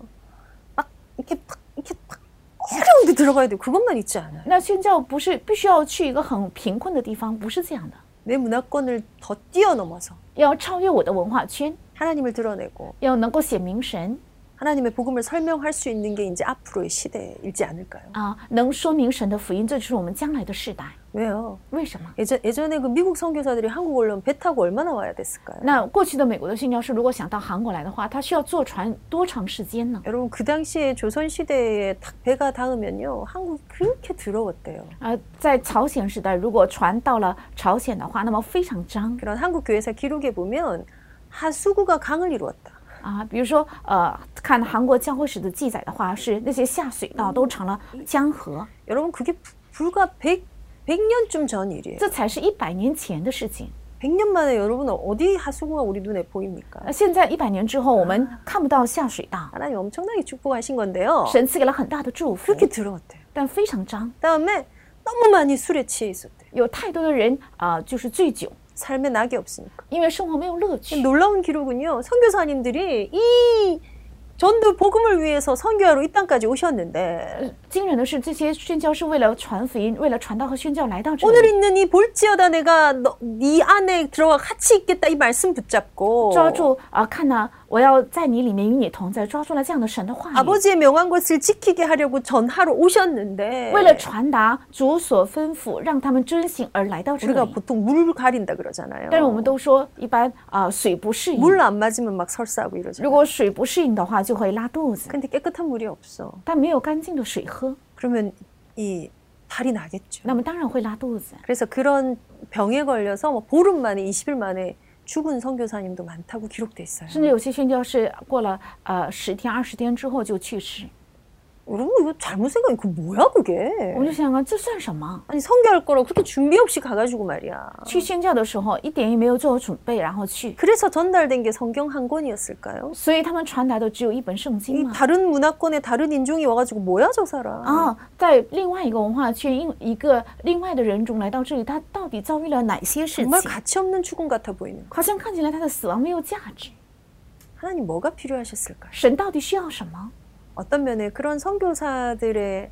[SPEAKER 1] 막 이렇게 팍 이렇게 팍 어려운데 들어가야 돼요. 그것만 있지 않아요.
[SPEAKER 2] 那宣教不是必须要去一个很贫困的地方，不是这样的，
[SPEAKER 1] 내 문화권을 더 뛰어넘어서
[SPEAKER 2] 要超越我的文化圈，
[SPEAKER 1] 하나님을 드러내고
[SPEAKER 2] 要能够显明神
[SPEAKER 1] 하나님의 복음을 설명할 수 있는 게 이제 앞으로의 시대일지 않을까요?
[SPEAKER 2] 啊、能说明神的福音，这就是我们将来的世代。
[SPEAKER 1] 왜요?
[SPEAKER 2] 为什么？
[SPEAKER 1] 예전, 예전에 그 미국 선교사들이 한국 올려면 배 타고 얼마나 와야 됐을까요?
[SPEAKER 2] 那过去的美国的宣教士，如果想到韩国来的话，他需要坐船多长时间呢？
[SPEAKER 1] 여러분 그 당시에 조선 시대에 탁 배가 닿으면요 한국 그렇게 더러웠대요.
[SPEAKER 2] 啊，在朝鲜时代，如果船到了朝鲜的话，那么非常脏
[SPEAKER 1] 그런 한국 교회사 기록에 보면 하수구가 강을 이루었다.
[SPEAKER 2] 啊。比如说，呃，看韩国教会史的记载的话，是那些下水道都成了江河。
[SPEAKER 1] 여러분 그게 부- 불과 100, 100년쯤 전 일이에요.
[SPEAKER 2] 这才是一百年前的事情。
[SPEAKER 1] 100년 만에 여러분 어디 하수구가 우리 눈에 보입니까?
[SPEAKER 2] 那呃现在一百年之后，我们看不到下水道，
[SPEAKER 1] 하나님 엄청나게 축복하신 건데요.
[SPEAKER 2] 神赐给了很大的祝福，
[SPEAKER 1] 그렇게 더러웠대요.
[SPEAKER 2] 但非常脏，
[SPEAKER 1] 그다음에 너무 많이 술에 취해 있었대요.
[SPEAKER 2] 有太多的人啊、就是醉酒，
[SPEAKER 1] 삶에 낙이 없으니까.
[SPEAKER 2] 因为生活没有乐趣。
[SPEAKER 1] 놀라운 기록은요. 선교사님들이 이 전도 복음을 위해서 선교하러 이 땅까지 오셨는데
[SPEAKER 2] 惊人的是，这些宣教是为了传福音，为了传道和宣教来到这
[SPEAKER 1] 오늘
[SPEAKER 2] 哦里，
[SPEAKER 1] 있는 이 볼지어다 내가 너, 네 안에 들어와 같이 있겠다 이 말씀 붙잡고
[SPEAKER 2] 抓住啊、看呐，我要在你里面与你同在，抓住了这样的神的话语，
[SPEAKER 1] 아버지의 명한 것을 지키게 하려고 전하러 오셨는데
[SPEAKER 2] 为了传达主所吩咐，让他们遵行而来到这
[SPEAKER 1] 우리가
[SPEAKER 2] 里。
[SPEAKER 1] 보통 물 가린다 그러잖아요.
[SPEAKER 2] 但是我们都说，一般啊、水不适应，
[SPEAKER 1] 물 안 맞으면 막 설사하고
[SPEAKER 2] 如
[SPEAKER 1] 이러잖아요.
[SPEAKER 2] 果水不适应的话，就会拉肚子。
[SPEAKER 1] 근데 깨끗한 물이 없어.
[SPEAKER 2] 但没有干净的水喝，
[SPEAKER 1] 그러면 이 발이 나겠죠.
[SPEAKER 2] 那么当然会拉肚子。
[SPEAKER 1] 그래서 그런 병에 걸려서 뭐 보름 만에 20일 만에 죽은 선교사님도 많다고 기록돼 있어요.
[SPEAKER 2] 甚至有些宣教士过了呃十天二十天之后就去世，
[SPEAKER 1] 여러분 이거 잘못 생각해. 그 뭐야 그게?
[SPEAKER 2] 我们就想啊，这算什么？
[SPEAKER 1] 아니 성교할 거라고 그렇게 준비 없이 가가지고 말이야.
[SPEAKER 2] 去宣教的时候一点也没有做好准备，然后去，
[SPEAKER 1] 그래서 전달된 게 성경 한 권이었을까요?
[SPEAKER 2] 所以他们传达的只有一本圣
[SPEAKER 1] 이
[SPEAKER 2] 经嘛。
[SPEAKER 1] 다른 문화권에 다른 인종이 와가지고 뭐야 저 사람?
[SPEAKER 2] 啊，在另外一个文化圈，因一个另外的人种来到这里，他到底遭遇了哪些事
[SPEAKER 1] 정말
[SPEAKER 2] 情？
[SPEAKER 1] 가치 없는 죽음 같아 보이는.
[SPEAKER 2] 好像看起来他的死亡没有价值。
[SPEAKER 1] 하나님 뭐가 필요하셨을까요?
[SPEAKER 2] 神到底需要什么？
[SPEAKER 1] 어떤 면에 그런 선교사들의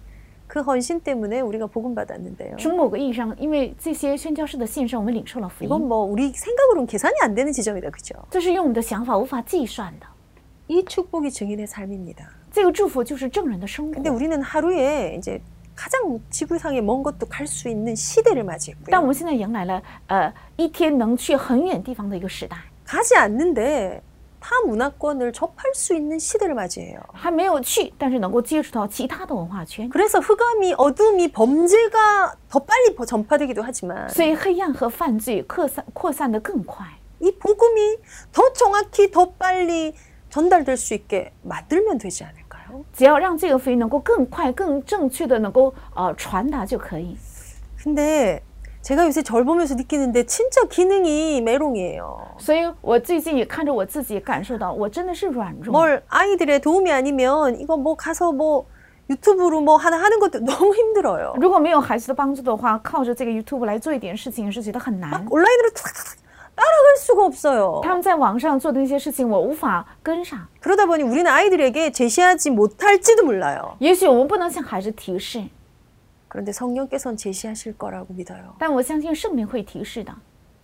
[SPEAKER 1] 그 헌신 때문에 우리가 복음 받았는데요.
[SPEAKER 2] 从某个意义上，因为这些宣教士的献上，我们领受了福
[SPEAKER 1] 이건
[SPEAKER 2] 音。
[SPEAKER 1] 뭐 우리 생각으로는 계산이 안 되는 지점이다, 그죠?
[SPEAKER 2] 这是用我们的想法无法计算的。
[SPEAKER 1] 이 축복이 증인의 삶입니다.
[SPEAKER 2] 这个祝福就是证人的生
[SPEAKER 1] 근데
[SPEAKER 2] 活。
[SPEAKER 1] 우리는 하루에 이제 가장 지구상에 먼 것도 갈 수 있는 시대를
[SPEAKER 2] 但我
[SPEAKER 1] 맞이했고요.
[SPEAKER 2] 们现在迎来了呃一天能去很远地方的一个时代，
[SPEAKER 1] 가지 않는데 타 문화권을 접할 수 있는 시대를 맞이해요.
[SPEAKER 2] 还没有去，但是能够接触到其他的文化圈。
[SPEAKER 1] 그래서 흑암이 어둠이 범죄가 더 빨리 버- 전파되기도 하지만
[SPEAKER 2] 所以黑暗和犯罪扩散扩散的更快。
[SPEAKER 1] 이 복음이 더 정확히 더 빨리 전달될 수 있게 만들면 되지 않을까요?
[SPEAKER 2] 只要让这个福音能够更快、更正确的能够呃传达就可以。
[SPEAKER 1] 근데 제가 요새 절 보면서 느끼는데 진짜 기능이 메롱이에요.
[SPEAKER 2] 所以我最近也看着我自己，感受到我真的是软
[SPEAKER 1] 음.
[SPEAKER 2] 弱。
[SPEAKER 1] 뭘 아이들의 도움이 아니면 이거 뭐 가서 뭐 유튜브로 뭐 하나 하는 것도 <laughs> 너무 힘들어요.
[SPEAKER 2] 如果没有孩子的帮助的话，靠着这个 YouTube 来做一点事情是觉得很难。
[SPEAKER 1] 막 온라인으로 탁탁탁 따라갈 수가 없어요.
[SPEAKER 2] 他们在网上做的那些事情，我无法跟上。
[SPEAKER 1] 그러다 보니 우리는 아이들에게 제시하지 못할지도 몰라요.
[SPEAKER 2] 也许我们不能向孩子提示，
[SPEAKER 1] 그런데 성령께서는 제시하실 거라고 믿어요.
[SPEAKER 2] 但我相信圣灵会提示的。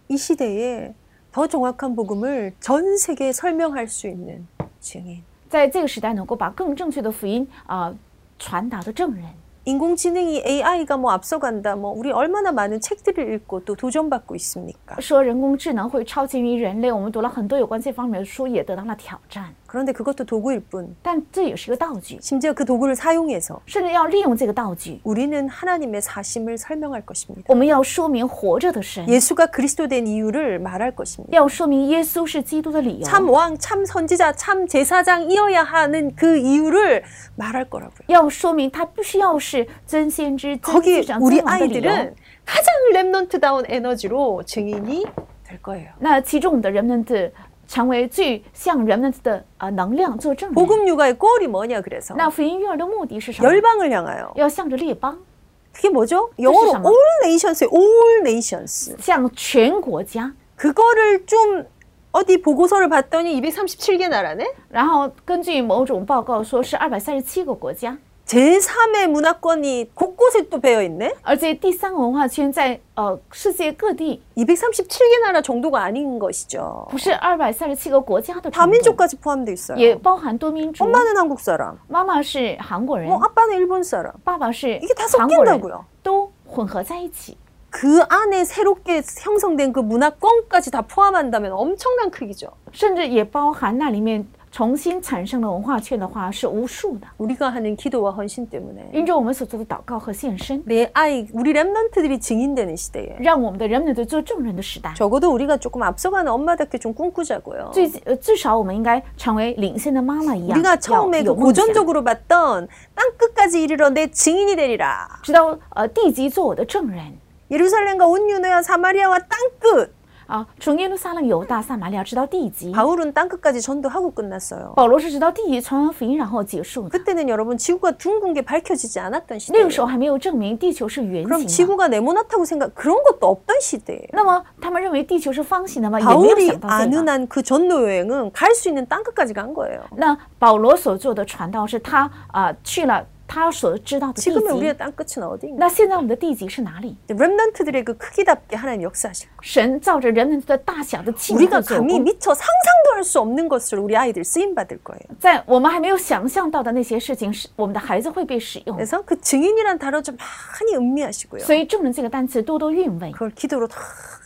[SPEAKER 1] 이 시대에 더 정확한 복음을 전 세계에 설명할 수 있는 증인.
[SPEAKER 2] 在这个时代，能够把更正确的福音啊、呃传达的证人。
[SPEAKER 1] 인공지능이 AI가 뭐 앞서간다, 뭐 우리 얼마나 많은 책들을 읽고 또 도전받고 있습니까?
[SPEAKER 2] 说人工智能会超前于人类，我们读了很多有关这方面的书，也得到了挑战。
[SPEAKER 1] 그런데 그것도 도구일 뿐,
[SPEAKER 2] 但这也是一个道具，
[SPEAKER 1] 심지어 그 도구를 사용해서
[SPEAKER 2] 甚至要利用这个道具，
[SPEAKER 1] 우리는 하나님의 사심을 설명할 것입니다.
[SPEAKER 2] 我们要说明活着的神，
[SPEAKER 1] 예수가 그리스도 된 이유를 말할 것입니다.
[SPEAKER 2] 要说明耶稣是基督的理由，
[SPEAKER 1] 참 왕, 참 선지자, 참 제사장이어야 하는 그 이유를 말할 거라고요.
[SPEAKER 2] 要说明他必须要是真先知、真祭
[SPEAKER 1] 거기
[SPEAKER 2] 长、
[SPEAKER 1] 우리
[SPEAKER 2] 真王的理由
[SPEAKER 1] 아이들은 。 가장 랩넌트다운 에너지로 증인이 될 거예요.
[SPEAKER 2] 那其中我们的人们的成为最像人们的啊、呃能量做证人。
[SPEAKER 1] 복음 육아의 꼴이 뭐냐 그래서
[SPEAKER 2] 那福音育儿的目的是什么？
[SPEAKER 1] 열방을 향하여
[SPEAKER 2] 要向着列邦，
[SPEAKER 1] 그게 뭐죠? 영어로
[SPEAKER 2] 뜻이 아마- 네.
[SPEAKER 1] all nations에 all nations
[SPEAKER 2] 向全国家。
[SPEAKER 1] 그거를 좀 어디 보고서를 봤더니 237개 나라네
[SPEAKER 2] 然后根据某种报告说是二百三十七个国家，
[SPEAKER 1] 제3의 문화권이 곳곳에 또 배어 있네
[SPEAKER 2] 而且第三个文化圈在呃世界各地
[SPEAKER 1] 237개 나라 정도가 아닌 것이죠
[SPEAKER 2] 不是二百三十七个国家的程度，
[SPEAKER 1] 다민족까지 포함돼 있어요
[SPEAKER 2] 也包含多民族。
[SPEAKER 1] 엄마는 한국 사람
[SPEAKER 2] 妈妈是韩国人
[SPEAKER 1] 뭐 ， 아빠는 일본 사람
[SPEAKER 2] 爸爸是
[SPEAKER 1] 이게 다
[SPEAKER 2] 韩国人，
[SPEAKER 1] 섞인다고요
[SPEAKER 2] 都混合在一起。
[SPEAKER 1] 그 안에 새롭게 형성된 그 문화권까지 다 포함한다면 엄청난 크기죠
[SPEAKER 2] 甚至也包含那里面重新产生的文化圈的话是无数的。
[SPEAKER 1] 우리가 하는 기도와 헌신 때문에
[SPEAKER 2] 因着我们所做的祷告和献身，
[SPEAKER 1] 내 아이 우리 랩런트들이 증인되는 시대에
[SPEAKER 2] 让我们的人们的做证人的时代，
[SPEAKER 1] 적어도 우리가 조금 앞서가는 엄마답게 좀 꿈꾸자고요.
[SPEAKER 2] 最呃至少我们应该成为领先的妈妈一样，
[SPEAKER 1] 우리가
[SPEAKER 2] 要
[SPEAKER 1] 처음에 그
[SPEAKER 2] 有梦想。
[SPEAKER 1] 고전적으로 봤던 땅 끝까지 이르러 내 증인이 되리라.
[SPEAKER 2] 直到呃地级做我的证人
[SPEAKER 1] 예루살렘과 온유네와 사마리아와 땅끝.
[SPEAKER 2] 啊，从耶路撒冷、犹大、撒玛利亚直到地级。
[SPEAKER 1] 바울은 땅끝까지 전도하고 끝났어요.
[SPEAKER 2] 保罗是直到地级传完福音然后结束的。
[SPEAKER 1] 그때는 여러분 지구가 둥근 게 밝혀지지 않았던
[SPEAKER 2] 那
[SPEAKER 1] 시대예요.
[SPEAKER 2] 个时候还没有证明地球是圆
[SPEAKER 1] 네, 그렇죠. 그럼
[SPEAKER 2] 形的，
[SPEAKER 1] 지구가 네모나다고 생각 그런 것도 없던 시대예요.
[SPEAKER 2] 那么他们认为地球是方形的吗？也没有
[SPEAKER 1] 아, 바울이
[SPEAKER 2] 想到这
[SPEAKER 1] 아는
[SPEAKER 2] 个。
[SPEAKER 1] 한 그 전도 여행은 갈 수 있는 땅끝까지 간 거예요.
[SPEAKER 2] 那保罗所做的传道是他啊、去了他所知道的地
[SPEAKER 1] 지금의
[SPEAKER 2] 级。
[SPEAKER 1] 우리의 땅끝은 어디인가?
[SPEAKER 2] 那现在我们的地级是哪里？
[SPEAKER 1] 렘넌트들의 그 크기답게 하나님 역사하실 거예요. 어?
[SPEAKER 2] 神照着人们的大小的气量
[SPEAKER 1] 우리가
[SPEAKER 2] 的做
[SPEAKER 1] 감히
[SPEAKER 2] 工，
[SPEAKER 1] 미처 상상도 할 수 없는 것을 우리 아이들 쓰임 받을 거예요.
[SPEAKER 2] 在我们还没有想象到的那些事情，是我们的孩子会被使用。
[SPEAKER 1] 그래서 그 증인이란 단어 좀 많이 음미하시고요.
[SPEAKER 2] 所以“证人”这个单词多多韵味，
[SPEAKER 1] 네. 그걸 기도로 다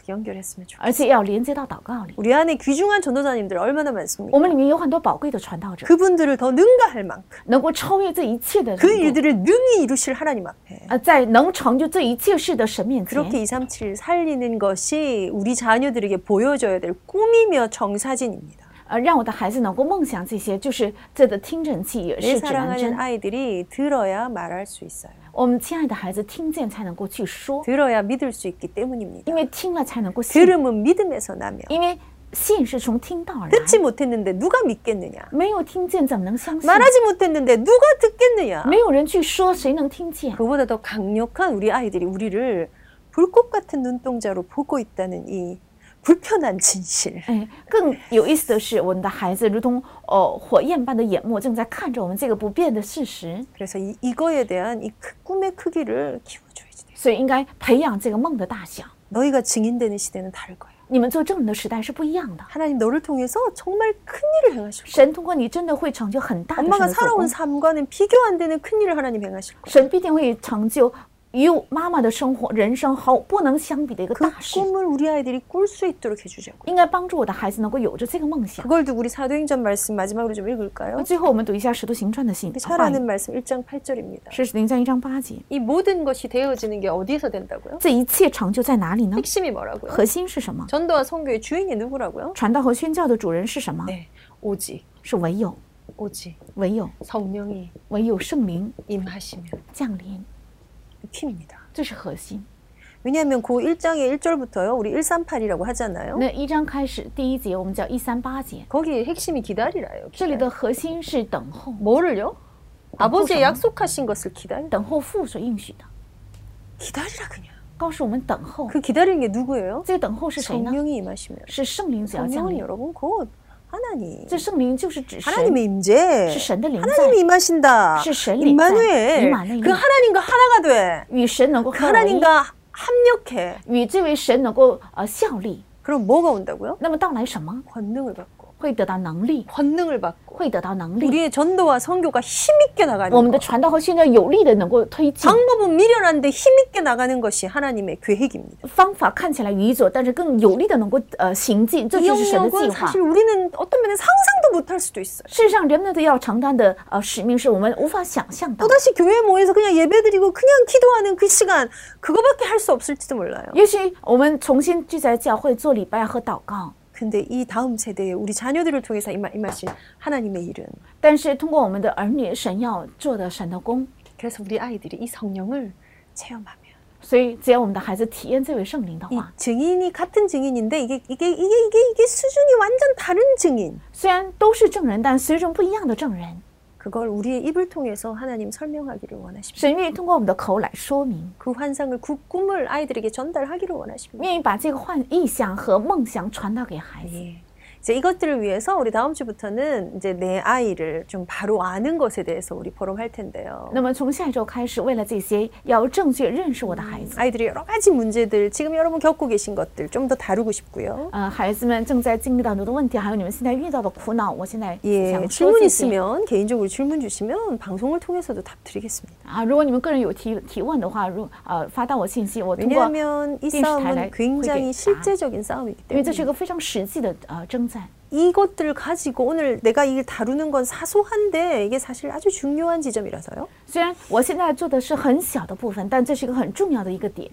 [SPEAKER 1] 연결했으면 좋겠어요.
[SPEAKER 2] 而且要连接到祷告里。
[SPEAKER 1] 우리 안에 귀중한 전도자님들 얼마나 많습니까?
[SPEAKER 2] 我们里面有很多宝贵的传道者，
[SPEAKER 1] 그분들을 더 능가할 만큼
[SPEAKER 2] 能够超越这一切的
[SPEAKER 1] 그
[SPEAKER 2] 人，
[SPEAKER 1] 일들을 능히 이루실 하나님 앞에
[SPEAKER 2] 呃，在能成就这一切事的神面前，
[SPEAKER 1] 그렇게 237 살리는 것이 우리 자녀들에게 보여줘야 될 꿈이며 정사진입니다.
[SPEAKER 2] 呃，让我的孩子能够梦想这些，就是这的听诊器也
[SPEAKER 1] 내
[SPEAKER 2] 是指南针
[SPEAKER 1] 사랑하는 。 아이들이 들어야 말할 수 있어요.
[SPEAKER 2] 我们亲爱的孩子，听见才能够去说，
[SPEAKER 1] 들어야 믿을 수 있기 때문입니다.
[SPEAKER 2] 因为听了才能够信，
[SPEAKER 1] 들음은 믿음에서 나며
[SPEAKER 2] 因为信是从听到而来。
[SPEAKER 1] 듣지 못했는데 누가 믿겠느냐?
[SPEAKER 2] 没有听见怎么能相信？
[SPEAKER 1] 말하지 못했는데 누가 듣겠느냐?
[SPEAKER 2] 没有人去说，谁能听见？
[SPEAKER 1] 그보다 더 강력한 우리 아이들이 우리를 불꽃 같은 눈동자로 보고 있다는 이 불편한 진실.
[SPEAKER 2] 哎，更有意思的是，我们的孩子如同呃火焰般的眼目，正在看着我们这个不变的事实。
[SPEAKER 1] 그래서 이, 이거에 대한 이 크- 꿈의 크기를 키워줘야지. 돼요.
[SPEAKER 2] 所以，应该培养这个梦的大小。
[SPEAKER 1] 너희가 증인되는 시대는 다를 거야.
[SPEAKER 2] 你们做证人的时代是不一样的。
[SPEAKER 1] 하나님 너를 통해서 정말 큰 일을 행하실 거야.
[SPEAKER 2] 神通过你真的会成就很大的神
[SPEAKER 1] 엄마가
[SPEAKER 2] 的做
[SPEAKER 1] 살아온
[SPEAKER 2] 工，
[SPEAKER 1] 삶과는 비교 안 되는 큰 일을 하나님 행하실 거야.
[SPEAKER 2] 神必定会成就与妈妈的生活、人生毫不能相比的一个
[SPEAKER 1] 그
[SPEAKER 2] 大事。
[SPEAKER 1] 꿈을 우리 아이들이 꿀 수 있도록 해주자고.
[SPEAKER 2] 应该帮助我的孩子能够有着这个梦想。
[SPEAKER 1] 그걸 두고 우리 사도행전 말씀 마지막으로 좀 읽을까요?
[SPEAKER 2] 那最后，我们读一下《使徒行传》的信，
[SPEAKER 1] 잘 아는 말씀 1장 8절입니다.
[SPEAKER 2] 是《使徒行传》一章八节。
[SPEAKER 1] 그 이 모든 것이 되어지는 게 어디에서 된다고요?
[SPEAKER 2] 这一切成就在哪里呢？
[SPEAKER 1] 핵심이 뭐라고요?
[SPEAKER 2] 核心是什么？
[SPEAKER 1] 전도와 선교의 주인이 누구라고요?
[SPEAKER 2] 传道和宣教的主人是什么？
[SPEAKER 1] 네, 오직
[SPEAKER 2] 是唯有，
[SPEAKER 1] 오직
[SPEAKER 2] 唯有，
[SPEAKER 1] 성령이
[SPEAKER 2] 唯有圣灵
[SPEAKER 1] 임하시면
[SPEAKER 2] 降临，
[SPEAKER 1] 팀입니다.
[SPEAKER 2] 这是核心。
[SPEAKER 1] 왜냐하면 그 1장의 1절부터요, 우리 138이라고 하잖아요.
[SPEAKER 2] 那一章开始第一节，我们叫一三八节，
[SPEAKER 1] 거기 핵심이 기다리라요.
[SPEAKER 2] 这
[SPEAKER 1] 기다려.
[SPEAKER 2] 里的核心是等候，
[SPEAKER 1] 뭐를요? 아버지의
[SPEAKER 2] 보상이요?
[SPEAKER 1] 약속하신 것을 기다려.
[SPEAKER 2] 等候父所应许的，
[SPEAKER 1] 기다리라 그냥.
[SPEAKER 2] 告诉我们等候。
[SPEAKER 1] 그 기다리는 게 누구예요?
[SPEAKER 2] 这个等候是谁呢？
[SPEAKER 1] 성령이 임하시면.
[SPEAKER 2] 是圣灵只要降
[SPEAKER 1] 성령은
[SPEAKER 2] 临。
[SPEAKER 1] 여러분 곧 하나님.
[SPEAKER 2] 这圣灵就是指神，
[SPEAKER 1] 하나님의 임재.
[SPEAKER 2] 是神的灵在
[SPEAKER 1] 하나님이 ， 임하신다.
[SPEAKER 2] 시- 시-
[SPEAKER 1] 임마누엘.
[SPEAKER 2] 임마누엘.
[SPEAKER 1] 그 하나님과 하나가 돼.
[SPEAKER 2] 与神能够
[SPEAKER 1] 그
[SPEAKER 2] 合为一，
[SPEAKER 1] 하나님과 합력해.
[SPEAKER 2] 与这位神能够呃效力。
[SPEAKER 1] 그럼 뭐가 온다고요?
[SPEAKER 2] 那么到来什么？
[SPEAKER 1] 권능을 받고.
[SPEAKER 2] 会得到能力，
[SPEAKER 1] 권능을 받고.
[SPEAKER 2] 会得到能力。
[SPEAKER 1] 우리의 전도와 선교가 어, 힘있게
[SPEAKER 2] 我
[SPEAKER 1] 나가는
[SPEAKER 2] 们的
[SPEAKER 1] 것.
[SPEAKER 2] 传道和宣教有力的能够推进。
[SPEAKER 1] 방법은 미련한데 힘있게 나가는 것이 하나님의 계획입니다.
[SPEAKER 2] 方法看起来愚拙，但是更有力的能够呃行进，这
[SPEAKER 1] 이
[SPEAKER 2] 就是神的计
[SPEAKER 1] 영역은
[SPEAKER 2] 划
[SPEAKER 1] 사실 。 우리는 어떤 면에 상상도 못할 수도 있어요.
[SPEAKER 2] 事实上，人们的要承担的呃使命是我们无法想象到的。
[SPEAKER 1] 또다시 교회에 모여서 그냥 예배드리고 그냥 기도하는 그 시간 그거밖에 할 수 없을지도 몰라요.
[SPEAKER 2] 也许我们重新聚在教会做礼拜和祷告，
[SPEAKER 1] 근데 이 다음 세대에 우리 자녀들을 통해서 임하- 임하신 하나님의 일은
[SPEAKER 2] 但是通过我们的儿女，神要做的神的工。
[SPEAKER 1] 그래서 우리 아이들이 이 성령을 체험하면
[SPEAKER 2] 所以，只要我们的孩子体验这位圣灵的
[SPEAKER 1] 이
[SPEAKER 2] 话，
[SPEAKER 1] 증인이 같은 증인인데 이게 이게 이게 이게 이게 수준이 완전 다른 증인.
[SPEAKER 2] 虽然都是证人，但随着不一样的证人，
[SPEAKER 1] 그걸 우리의 입을 통해서 하나님 설명하기를 원하십니다.
[SPEAKER 2] 神愿意通过我们的口来说明，
[SPEAKER 1] 그 환상을 그 꿈을 아이들에게 전달하기를 원하십니다.
[SPEAKER 2] 愿意把这个幻意象和梦想传达给孩子。
[SPEAKER 1] 예. 이제 이것들을 위해서 우리 다음 주부터는 이제 내 아이를 좀 바로 아는 것에 대해서 우리 포럼할 텐데요.
[SPEAKER 2] 那么，从下一周开始，为了这些，要正确认识我的孩子。
[SPEAKER 1] 아이들이 여러 가지 문제들 지금 여러분 겪고 계신 것들 좀 더 다루고 싶고요.
[SPEAKER 2] 呃，孩子们正在经历到很多的问题，还有你们现在遇到的苦恼，我现在
[SPEAKER 1] 예,
[SPEAKER 2] 想说
[SPEAKER 1] 질문
[SPEAKER 2] 这些
[SPEAKER 1] 있으면 개인적으로 질문 주시면 방송을 통해서도 답 드리겠습니다.
[SPEAKER 2] 啊。如果你们个人有提提问的话，如呃发到我信息，我通过，
[SPEAKER 1] 왜냐하면 이
[SPEAKER 2] 띵시
[SPEAKER 1] 싸움은
[SPEAKER 2] 달라요.
[SPEAKER 1] 굉장히
[SPEAKER 2] 그게-
[SPEAKER 1] 실제적인 싸움이기
[SPEAKER 2] 因为这是一
[SPEAKER 1] 때문에
[SPEAKER 2] 个非常实际的呃征战。
[SPEAKER 1] 이것들을 가지고 오늘 내가 이걸 다루는 건 사소한데 이게 사실 아주 중요한 지점이라서요.
[SPEAKER 2] 虽然我现在做的是很小的部分，但这是一个很重要的一个点。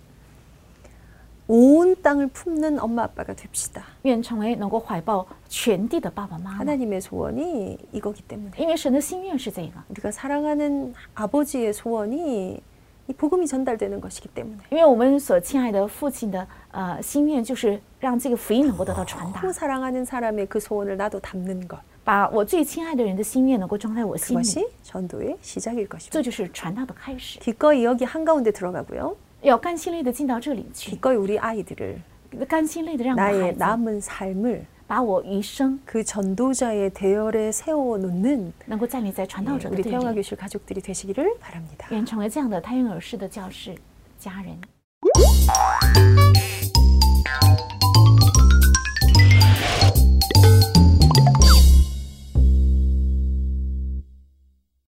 [SPEAKER 1] 온 땅을 품는 엄마 아빠가 됩시다.
[SPEAKER 2] 愿成为能够怀抱全地的爸爸妈妈，
[SPEAKER 1] 하나님의 소원이 이거기 때문에
[SPEAKER 2] 因为神的心愿是这个，
[SPEAKER 1] 우리가 사랑하는 아버지의 소원이 이 복음이 전달되는 것이기 때문에
[SPEAKER 2] 因为我们所亲爱的父亲的呃心愿就是让这个福音能够得到传达
[SPEAKER 1] 또 ， 사랑하는 사람의 그 소원을 나도 담는 것
[SPEAKER 2] 把我最亲爱的人的心愿能够装在我心里，
[SPEAKER 1] 그것이 전도의 시작일 것입니다.
[SPEAKER 2] 这就是传道的开始。
[SPEAKER 1] 기꺼이 여기 한가운데 들어가고요.
[SPEAKER 2] 要甘心乐意的进到这里去，
[SPEAKER 1] 기꺼이 우리 아이들을
[SPEAKER 2] 甘心乐意的让我的孩
[SPEAKER 1] 나의
[SPEAKER 2] 子
[SPEAKER 1] 남은 삶을
[SPEAKER 2] 把我余生
[SPEAKER 1] 그 전도자의 대열에 세워놓는
[SPEAKER 2] 能够站立在传道者
[SPEAKER 1] 우리
[SPEAKER 2] 的队
[SPEAKER 1] 태영아
[SPEAKER 2] 列，
[SPEAKER 1] 교실 가족들이 되시기를 바랍니다.
[SPEAKER 2] 愿成为这样的胎婴儿式的教室家人。